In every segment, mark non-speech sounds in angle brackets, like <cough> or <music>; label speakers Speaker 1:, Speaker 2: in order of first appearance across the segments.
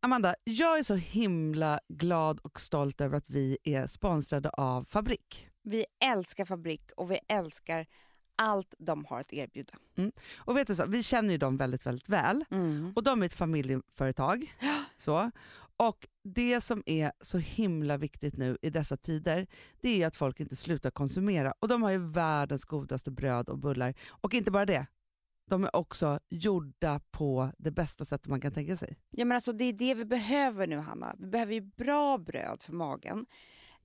Speaker 1: Amanda, jag är så himla glad och stolt över att vi är sponsrade av Fabrik.
Speaker 2: Vi älskar Fabrik och vi älskar allt de har att erbjuda.
Speaker 1: Och vet du så, vi känner ju dem väldigt, väldigt väl.
Speaker 2: Mm.
Speaker 1: Och de är ett familjeföretag. <gasps> så. Och det som är så himla viktigt nu i dessa tider, det är ju att folk inte slutar konsumera. Och de har ju världens godaste bröd och bullar. Och inte bara det, de är också gjorda på det bästa sättet man kan tänka sig.
Speaker 2: Ja, men alltså, det är det vi behöver nu, Hanna. Vi behöver ju bra bröd för magen.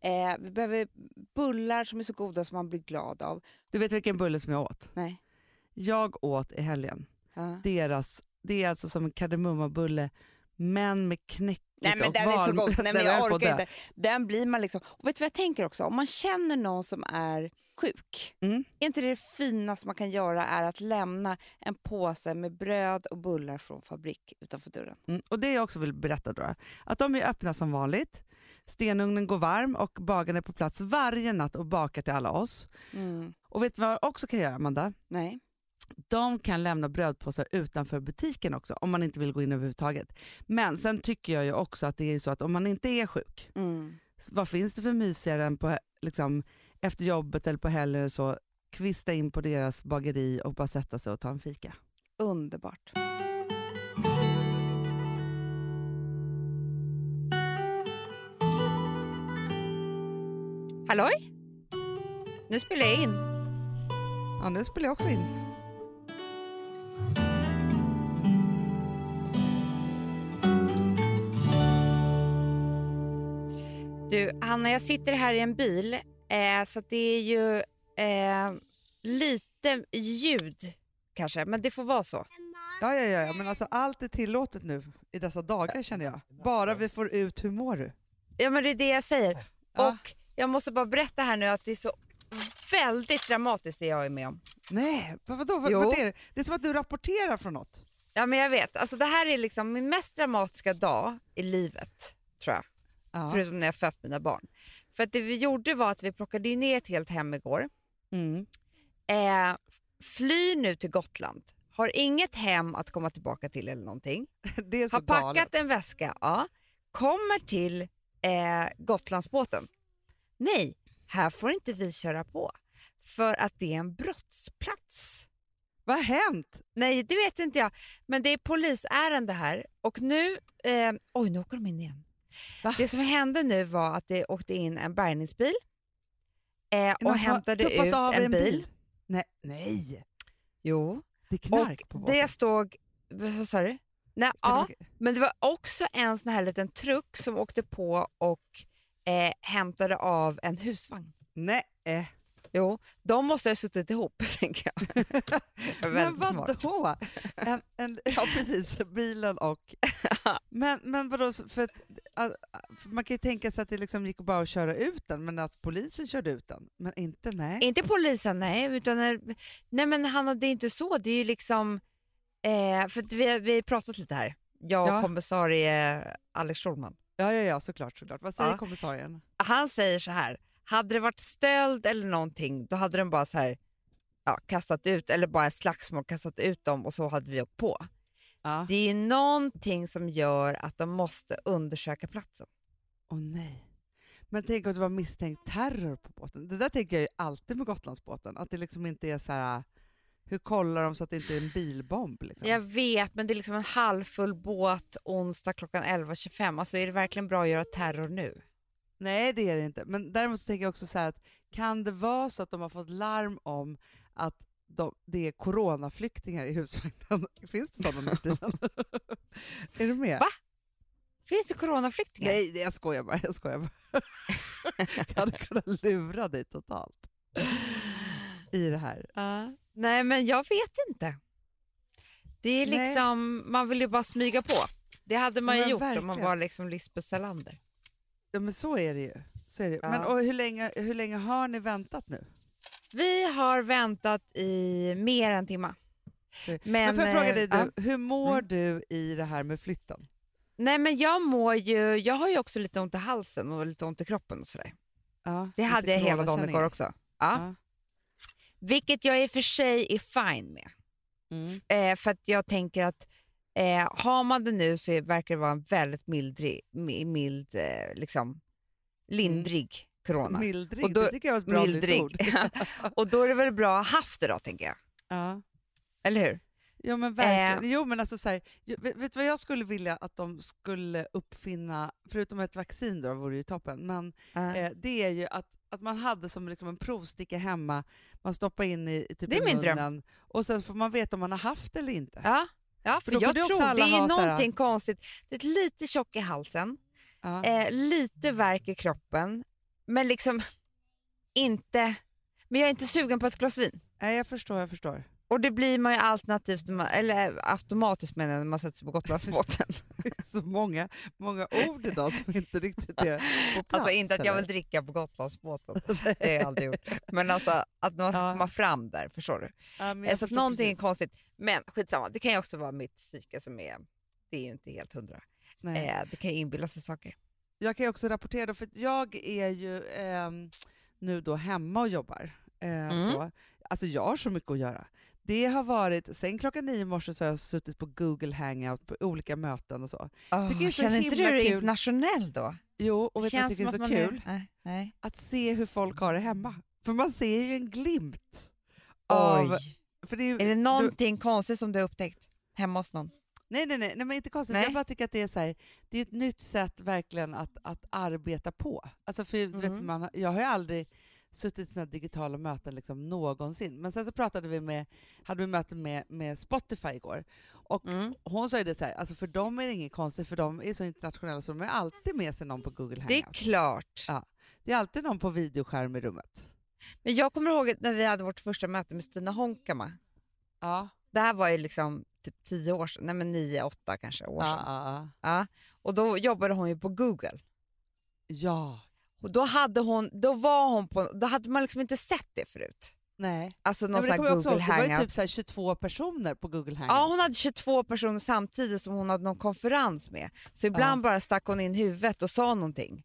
Speaker 2: Eh, vi behöver bullar som är så goda som man blir glad av.
Speaker 1: Du vet vilken bulle som jag åt?
Speaker 2: Nej.
Speaker 1: Jag åt i helgen
Speaker 2: Ja.
Speaker 1: deras, det är alltså som en kardemummabulle men med knäckigt
Speaker 2: Nej men
Speaker 1: och
Speaker 2: <laughs> den är så
Speaker 1: valnöt.
Speaker 2: god,
Speaker 1: <laughs>
Speaker 2: Nej,
Speaker 1: Den
Speaker 2: men
Speaker 1: höll på
Speaker 2: jag
Speaker 1: att
Speaker 2: orkar
Speaker 1: dö.
Speaker 2: inte. Den blir man liksom... Och vet du vad jag tänker också? Om man känner någon som är sjuk,
Speaker 1: Mm.
Speaker 2: är inte det, det finaste man kan göra är att lämna en påse med bröd och bullar från fabrik utanför dörren?
Speaker 1: Mm. Och det jag också vill berätta då, att de är öppna som vanligt. Stenugnen går varm och bagaren är på plats varje natt och bakar till alla oss.
Speaker 2: Mm.
Speaker 1: Och vet du vad jag också kan göra Amanda?
Speaker 2: Nej.
Speaker 1: De kan lämna brödpåsar utanför butiken också om man inte vill gå in överhuvudtaget. Men sen tycker jag ju också att det är så att om man inte är sjuk,
Speaker 2: Mm.
Speaker 1: vad finns det för mysigare än på, liksom, efter jobbet eller på helgen eller så, kvista in på deras bageri och bara sätta sig och ta en fika.
Speaker 2: Underbart. Halloj? Nu spelar jag in.
Speaker 1: Ja, nu spelar jag också in.
Speaker 2: Du, Hanna, jag sitter här i en bil, eh, så att det är ju eh, lite ljud kanske, men det får vara så.
Speaker 1: Ja, ja, ja, ja, men alltså allt är tillåtet nu i dessa dagar känner jag. Bara vi får ut hur mår du?
Speaker 2: Ja, men det är det jag säger.
Speaker 1: Ja.
Speaker 2: Och jag måste bara berätta här nu att det är så väldigt dramatiskt det jag är med om.
Speaker 1: Nej, vad, vadå? Vad,
Speaker 2: Jo.
Speaker 1: vad är det? det är som att du rapporterar från något.
Speaker 2: Ja, men jag vet. Alltså, det här är liksom min mest dramatiska dag i livet, tror jag.
Speaker 1: Ja.
Speaker 2: Förutom när jag fött mina barn. För att det vi gjorde var att vi plockade ju ner ett helt hem igår.
Speaker 1: Mm. <laughs>
Speaker 2: Eh, fly nu till Gotland. Har inget hem att komma tillbaka till eller någonting.
Speaker 1: Det är så
Speaker 2: Har packat
Speaker 1: galet.
Speaker 2: en väska, ja. Kommer till eh, Gotlandsbåten. Nej, här får inte vi köra på. För att det är en brottsplats.
Speaker 1: Vad har hänt?
Speaker 2: Nej, det vet inte jag. Men det är polisärende här och nu... Eh, oj, nu åker de in igen.
Speaker 1: Va?
Speaker 2: Det som hände nu var att det åkte in en bärgningsbil eh,
Speaker 1: Är det någon
Speaker 2: och
Speaker 1: som alltså, har
Speaker 2: hämtade
Speaker 1: tuppat
Speaker 2: ut
Speaker 1: av i
Speaker 2: en, bil.
Speaker 1: Nej, nej,
Speaker 2: Jo.
Speaker 1: det är knark på
Speaker 2: och
Speaker 1: båten.
Speaker 2: det stod... Vad sa du? Nej, ja, men det var också en sån här liten truck som åkte på och eh, hämtade av en husvagn.
Speaker 1: Nej. eh.
Speaker 2: Jo, de måste ha suttit ihop, <laughs> tänker
Speaker 1: <laughs>
Speaker 2: jag. <laughs> Det var
Speaker 1: Men
Speaker 2: väldigt smart.
Speaker 1: vadå? En, en, ja precis, bilen och... Men, men vadå, så- för, att, att- för man kan ju tänka sig att det liksom gick bara att köra ut den, men att polisen körde ut den. Men inte nej.
Speaker 2: Inte polisen, nej. Utan när, nej men Hanna, det är inte så. Det är ju liksom... Eh, för att vi, vi har pratat lite här. Jag och
Speaker 1: Ja.
Speaker 2: kommissarie Alex Schulman.
Speaker 1: Ja, ja, ja, såklart, såklart. Vad säger
Speaker 2: Ja.
Speaker 1: kommissarien?
Speaker 2: Han säger så här. Hade det varit stöld eller någonting, då hade de bara så här, ja, kastat ut, eller bara ett slagsmål, kastat ut dem och så hade vi åkt på.
Speaker 1: Ja.
Speaker 2: Det är ju någonting som gör att de måste undersöka platsen.
Speaker 1: Åh nej. Men tänk om det var misstänkt terror på båten. Det där tänker jag ju alltid med Gotlandsbåten, att det liksom inte är så här... Hur kollar de så att det inte är en bilbomb? Liksom?
Speaker 2: Jag vet, men det är liksom en halvfull båt onsdag klockan 11.25. Alltså är det verkligen bra att göra terror nu?
Speaker 1: Nej, det är det inte. Men däremot så tänker jag också så här att kan det vara så att de har fått larm om att de, det är coronaflyktingar i husvagnen? <laughs> Finns det sådana nu för
Speaker 2: <laughs>
Speaker 1: tiden? Är du med?
Speaker 2: Va? Finns det coronaflyktingar?
Speaker 1: Nej, det- jag skojar bara. Jag skojar bara. <laughs> jag hade kunnat lura dig totalt i det här.
Speaker 2: Ja. Nej, men jag vet inte. Det är
Speaker 1: Nej.
Speaker 2: liksom, man vill ju bara smyga på. Det hade man
Speaker 1: Ja,
Speaker 2: ju
Speaker 1: men
Speaker 2: gjort om man
Speaker 1: verkligen.
Speaker 2: var liksom Lisbeth Salander.
Speaker 1: Ja, men så är det ju. Så är det. Men,
Speaker 2: Ja.
Speaker 1: och hur, länge, hur länge har ni väntat nu?
Speaker 2: Vi har väntat i mer än en timme.
Speaker 1: Men,
Speaker 2: Men,
Speaker 1: får jag fråga dig,
Speaker 2: eh,
Speaker 1: du,
Speaker 2: ja.
Speaker 1: hur mår du i det här med flytten?
Speaker 2: Nej, men jag mår ju, jag har ju också lite ont i halsen och lite ont i kroppen och sådär.
Speaker 1: Ja,
Speaker 2: Det
Speaker 1: lite
Speaker 2: hade jag hela dagen
Speaker 1: coronakänningar.
Speaker 2: igår också. Ja.
Speaker 1: Ja.
Speaker 2: Vilket jag i och för sig är fine med.
Speaker 1: Mm.
Speaker 2: Eh, för att jag tänker att Eh, har man det nu så är- verkar det vara en väldigt mildri, mi- mild, eh, liksom, lindrig corona.
Speaker 1: Mildrig,
Speaker 2: Och då-
Speaker 1: det tycker jag var ett Mm. bra nytt
Speaker 2: mildrig. <laughs>
Speaker 1: ord.
Speaker 2: och då är det väl bra att ha haft det då, tänker jag.
Speaker 1: Ja.
Speaker 2: Eller hur?
Speaker 1: Jo men verkligen.
Speaker 2: Eh.
Speaker 1: Jo, men alltså, så här, ju- vet vet du vad jag skulle vilja att de skulle uppfinna, förutom ett vaccin då, vore ju toppen, men
Speaker 2: Ja.
Speaker 1: eh, det är ju att, att man hade som liksom en provsticka hemma, man stoppar in i i typ
Speaker 2: Det är
Speaker 1: i
Speaker 2: min
Speaker 1: munnen
Speaker 2: dröm.
Speaker 1: och sen får man veta om man har haft det eller inte.
Speaker 2: Ja, ja för
Speaker 1: då
Speaker 2: jag
Speaker 1: borde också
Speaker 2: tror det
Speaker 1: alla
Speaker 2: är
Speaker 1: ha så här-
Speaker 2: någonting konstigt. Det är lite tjock i halsen,
Speaker 1: Ja.
Speaker 2: eh, lite värk i kroppen, men liksom inte... Men jag är inte sugen på ett glas vin.
Speaker 1: Nej, jag förstår, jag förstår. <laughs>
Speaker 2: Och det blir man ju alternativt, när man- eller eh, automatiskt menar jag, när man sätter sig på Gotlandsbåten.
Speaker 1: Så många, många ord idag som inte riktigt är på plats.
Speaker 2: alltså inte att jag vill
Speaker 1: eller?
Speaker 2: dricka på <laughs> Gotlandsbåten, det har jag aldrig gjort. Men alltså att man
Speaker 1: Ja.
Speaker 2: kommer fram där, förstår du?
Speaker 1: Ja, men
Speaker 2: Eh,
Speaker 1: jag
Speaker 2: Så att
Speaker 1: förstår
Speaker 2: någonting
Speaker 1: precis.
Speaker 2: är konstigt. Men skitsamma, det kan ju också vara mitt psyke som är, det är ju inte helt hundra.
Speaker 1: Nej.
Speaker 2: Eh, det kan ju inbilla sig saker.
Speaker 1: Jag kan ju också rapportera, då, för jag är ju ehm, nu då hemma och jobbar. Eh,
Speaker 2: Mm.
Speaker 1: så. Alltså jag har så mycket att göra. Det har varit, sen klockan nio i morse så har jag suttit på Google hangout på olika möten och så.
Speaker 2: Oh,
Speaker 1: Tycker det är så
Speaker 2: känner inte du
Speaker 1: himla
Speaker 2: dig
Speaker 1: kul.
Speaker 2: internationell då?
Speaker 1: Jo, och vet du vad jag tycker
Speaker 2: som
Speaker 1: är
Speaker 2: att
Speaker 1: så
Speaker 2: man
Speaker 1: kul?
Speaker 2: Är, nej, nej.
Speaker 1: Att se hur folk har det hemma. För man ser ju en glimt. Av,
Speaker 2: Oj.
Speaker 1: för det är, ju-
Speaker 2: Är det
Speaker 1: du-
Speaker 2: någonting konstigt som du har upptäckt hemma hos någon?
Speaker 1: Nej, nej, nej, nej, men inte konstigt.
Speaker 2: Nej.
Speaker 1: Jag bara tycker att det är, så här, det är ett nytt sätt verkligen att, att arbeta på. Alltså för, du vet,
Speaker 2: Mhm.
Speaker 1: man, jag har ju aldrig suttit i sådana digitala möten liksom någonsin. Men sen så pratade vi med, hade vi möte med, med Spotify igår.
Speaker 2: Mm,
Speaker 1: Hon sa ju det så här, alltså för dem är det inget konstigt för de är så internationella så de har alltid med sig någon på Google
Speaker 2: Det är
Speaker 1: Hangout.
Speaker 2: klart.
Speaker 1: Ja. Det är alltid någon på videoskärm i rummet.
Speaker 2: Men jag kommer ihåg att när vi hade vårt första möte med Stina Honkama.
Speaker 1: Ja,
Speaker 2: Det här var ju liksom typ tio år sedan, nej men nio, åtta kanske år
Speaker 1: ja,
Speaker 2: sedan.
Speaker 1: ja.
Speaker 2: Ja. Och då jobbade hon ju på Google.
Speaker 1: ja.
Speaker 2: Och då, hade hon, då, var hon på, då hade man liksom inte sett det förut.
Speaker 1: Nej.
Speaker 2: Alltså någon
Speaker 1: Nej, men det
Speaker 2: sån här
Speaker 1: kommer jag också ihåg.
Speaker 2: Google
Speaker 1: Det var ju
Speaker 2: hangout.
Speaker 1: typ så här 22 personer på Google Hangout.
Speaker 2: Ja, hon hade 22 personer samtidigt som hon hade någon konferens med. Så ibland bara stack hon in huvudet och sa någonting.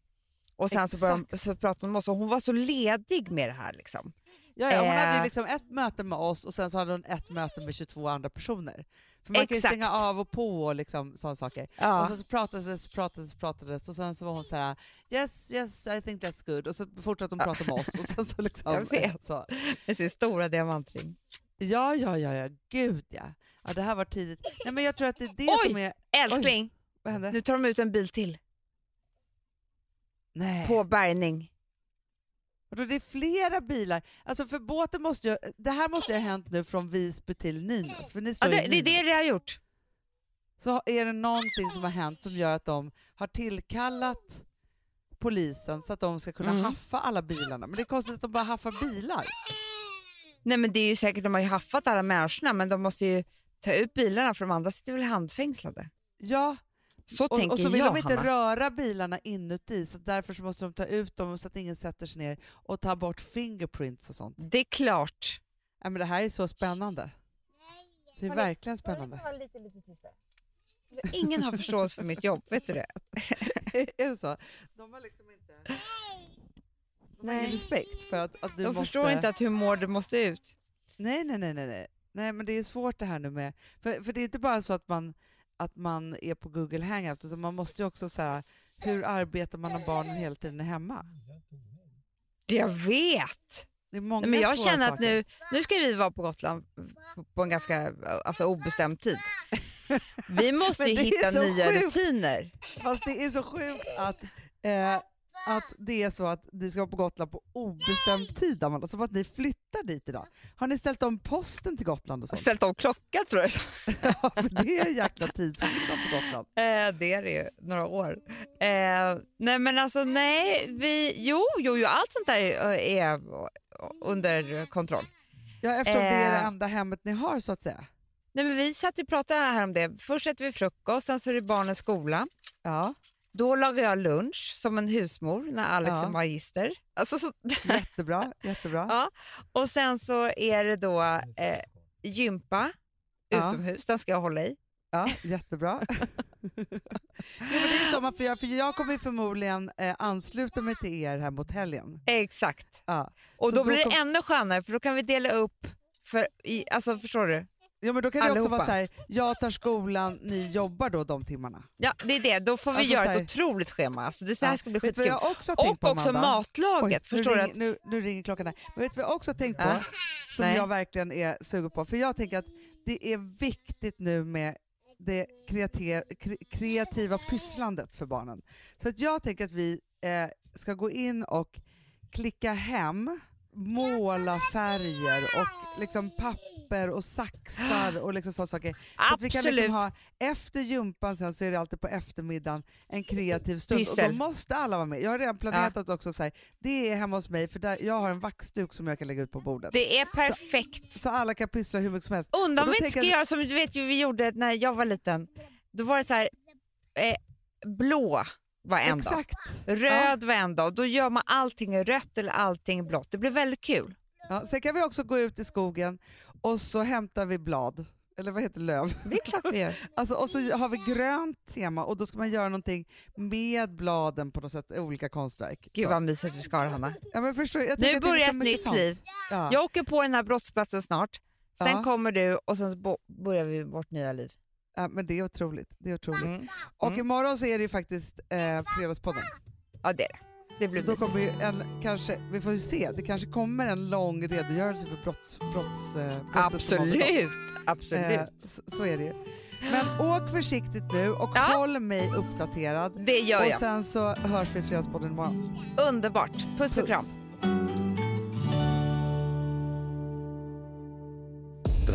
Speaker 2: Och sen så, började, hon- så pratade hon med oss och hon var så ledig med det här. Liksom.
Speaker 1: Ja, ja, hon hade
Speaker 2: Eh.
Speaker 1: ju liksom ett möte med oss och sen så hade hon ett möte med 22 andra personer. För man kan ju
Speaker 2: Exakt.
Speaker 1: stänga av och på och liksom sådana saker. Och
Speaker 2: Ja.
Speaker 1: sen så pratades, pratades, pratades och sen så var hon så här: yes, yes, I think that's good. Och så fortsatte hon prata med oss och sen så liksom...
Speaker 2: <laughs> Jag vet.
Speaker 1: Så.
Speaker 2: Med sin stora diamantring.
Speaker 1: Ja, ja, ja, ja, gud ja. Ja, det här var tidigt. Nej men jag tror att det är det
Speaker 2: Oj!
Speaker 1: som är...
Speaker 2: Älskling,
Speaker 1: Vad hände?
Speaker 2: nu tar de ut en bil till
Speaker 1: Nej.
Speaker 2: på bärgning.
Speaker 1: Vadå, det är flera bilar. Alltså för båten måste ju... Det här måste ju ha hänt nu från Visby till Nynäs. För ni
Speaker 2: Ja,
Speaker 1: står ju
Speaker 2: det,
Speaker 1: i
Speaker 2: det är
Speaker 1: Nynäs.
Speaker 2: det jag har gjort.
Speaker 1: så är det någonting
Speaker 2: Ah.
Speaker 1: som har hänt som gör att de har tillkallat polisen så att de ska kunna
Speaker 2: Mm.
Speaker 1: haffa alla bilarna. Men det är konstigt att de bara haffar bilar.
Speaker 2: Nej men det är ju säkert, de har ju haffat alla människorna men de måste ju ta ut bilarna för de andra sitter väl handfängslade.
Speaker 1: Ja,
Speaker 2: Så
Speaker 1: och,
Speaker 2: tänker
Speaker 1: och så vill
Speaker 2: jag
Speaker 1: de inte
Speaker 2: Hanna.
Speaker 1: röra bilarna inuti så därför så måste de ta ut dem så att ingen sätter sig ner och ta bort fingerprints och sånt.
Speaker 2: Det är klart.
Speaker 1: Ja, men det här är så spännande. Det är
Speaker 2: Hörni,
Speaker 1: verkligen spännande.
Speaker 2: Ingen har förståelse för mitt jobb, vet du det?
Speaker 1: <laughs> är det så? De har liksom inte... De har
Speaker 2: Nej.
Speaker 1: ingen respekt för att, att du
Speaker 2: De
Speaker 1: måste...
Speaker 2: förstår inte att hur mår det måste ut.
Speaker 1: Nej, nej, nej, nej, nej. Nej, men det är svårt det här nu med... För, för det är inte bara så att man, att man är på Google Hangout, utan man måste ju också så här, hur arbetar man om barnen hela tiden är hemma?
Speaker 2: Det jag vet!
Speaker 1: Det är många
Speaker 2: Nej, men jag
Speaker 1: svåra
Speaker 2: känner att
Speaker 1: saker.
Speaker 2: nu, nu ska vi vara på Gotland på en ganska alltså, obestämd tid. Vi måste
Speaker 1: <laughs> Men
Speaker 2: ju
Speaker 1: det är
Speaker 2: hitta
Speaker 1: så
Speaker 2: nya
Speaker 1: sjukt.
Speaker 2: rutiner.
Speaker 1: Fast det är så sjukt att, eh, att det är så att ni ska vara på Gotland på obestämd tid, Amanda. Som att ni flyttar dit idag. Har ni ställt om posten till Gotland och
Speaker 2: <laughs> Och
Speaker 1: sånt?
Speaker 2: ställt om klockan tror jag.
Speaker 1: Ja, för det är en jäkla tidsskillnad på Gotland.
Speaker 2: Eh, det är det ju, några år. Eh, nej men alltså nej, vi, jo, jo, jo allt sånt där är, är under kontroll.
Speaker 1: Ja, eftersom det är det
Speaker 2: Eh.
Speaker 1: enda hemmet ni har så att säga.
Speaker 2: Nej, men vi satt och pratade här om det. Först äter vi frukost, sen så är det barnens skola.
Speaker 1: Ja,
Speaker 2: Då lagar jag lunch som en husmor när Alex
Speaker 1: Ja.
Speaker 2: är magister. Alltså, så,
Speaker 1: jättebra, jättebra.
Speaker 2: Ja. och sen så är det då eh, gympa
Speaker 1: Ja.
Speaker 2: utomhus, den ska jag hålla i.
Speaker 1: Ja, <laughs> jättebra. ja, men det är som att- för jag, för jag kommer ju förmodligen eh, ansluta mig till er här mot helgen.
Speaker 2: Exakt.
Speaker 1: Ja.
Speaker 2: Och
Speaker 1: Så
Speaker 2: då,
Speaker 1: då
Speaker 2: blir det
Speaker 1: kom-
Speaker 2: ännu skönare för då kan vi dela upp, för, i, alltså förstår du?
Speaker 1: Ja, men då kan det också
Speaker 2: Allihopa.
Speaker 1: vara så här, jag tar skolan, ni jobbar då de timmarna.
Speaker 2: Ja, det är det. Då får vi
Speaker 1: Alltså,
Speaker 2: göra
Speaker 1: så
Speaker 2: ett
Speaker 1: här-
Speaker 2: otroligt schema. Alltså, det så här ska bli
Speaker 1: vet du vad
Speaker 2: skitkul.
Speaker 1: jag också har tänkt
Speaker 2: Och
Speaker 1: på
Speaker 2: också
Speaker 1: Amanda?
Speaker 2: matlaget.
Speaker 1: Oj,
Speaker 2: förstår
Speaker 1: nu,
Speaker 2: du?
Speaker 1: ring, nu, nu ringer klockan här. Men vet du vad jag också har tänkt på,
Speaker 2: Ja.
Speaker 1: som
Speaker 2: Nej.
Speaker 1: jag verkligen är sugen på? För jag tänker att det är viktigt nu med det kreativa, kreativa pysslandet för barnen. Så att jag tänker att vi eh, ska gå in och klicka hem, måla färger och liksom papper och saxar och liksom sådana saker. Så att vi kan
Speaker 2: Absolut.
Speaker 1: liksom ha, efter gympan sen så är det alltid på eftermiddagen en kreativ stund. Och
Speaker 2: Pyssel.
Speaker 1: då måste alla vara med. Jag har redan planerat också så här, det är hemma hos mig för där, jag har en vaxduk som jag kan lägga ut på bordet.
Speaker 2: Det är perfekt.
Speaker 1: Så alla kan pyssla hur mycket som helst.
Speaker 2: Undrar
Speaker 1: Alltså- Och
Speaker 2: om
Speaker 1: då
Speaker 2: vi inte
Speaker 1: tänker
Speaker 2: ska
Speaker 1: jag-
Speaker 2: göra som du vet ju vi gjorde när jag var liten. Då var det så här, eh, blå var en dag,
Speaker 1: Exakt.
Speaker 2: röd var en dag. Då gör man allting i rött eller allting blått. Det blir väldigt kul.
Speaker 1: Ja, sen kan vi också gå ut i skogen och så hämtar vi blad. Eller vad heter löv? <laughs>
Speaker 2: Det är klart vi gör.
Speaker 1: Alltså, och så har vi grönt tema och då ska man göra någonting med bladen på något sätt, olika konstverk.
Speaker 2: Gud
Speaker 1: Så.
Speaker 2: vad mysigt vi ska ha det Hanna.
Speaker 1: ja, men förstår, du? jag tänker
Speaker 2: Nu
Speaker 1: att det är
Speaker 2: börjar
Speaker 1: så
Speaker 2: ett
Speaker 1: mycket
Speaker 2: nytt
Speaker 1: sånt.
Speaker 2: liv.
Speaker 1: Ja.
Speaker 2: Jag åker på den här brottsplatsen snart. Sen
Speaker 1: Ja.
Speaker 2: kommer du och sen bo- börjar vi vårt nya liv.
Speaker 1: Ja, men det är otroligt. Det är otroligt.
Speaker 2: Mm.
Speaker 1: Och imorgon så är det ju faktiskt eh, Fredagspodden.
Speaker 2: Ja det är det. Det
Speaker 1: Så
Speaker 2: blir
Speaker 1: då
Speaker 2: mysigt.
Speaker 1: kommer ju en, kanske, vi får ju se, det kanske kommer en lång redogörelse för brotts, brotts, eh, brottet som har begåtts.
Speaker 2: Absolut, <laughs> absolut.
Speaker 1: Eh, så, så är det ju. Men åk försiktigt nu och
Speaker 2: Ja.
Speaker 1: håll mig uppdaterad.
Speaker 2: Det gör
Speaker 1: och
Speaker 2: jag.
Speaker 1: sen så hörs vi i Fredagspodden imorgon.
Speaker 2: Underbart. Puss och kram.
Speaker 3: Den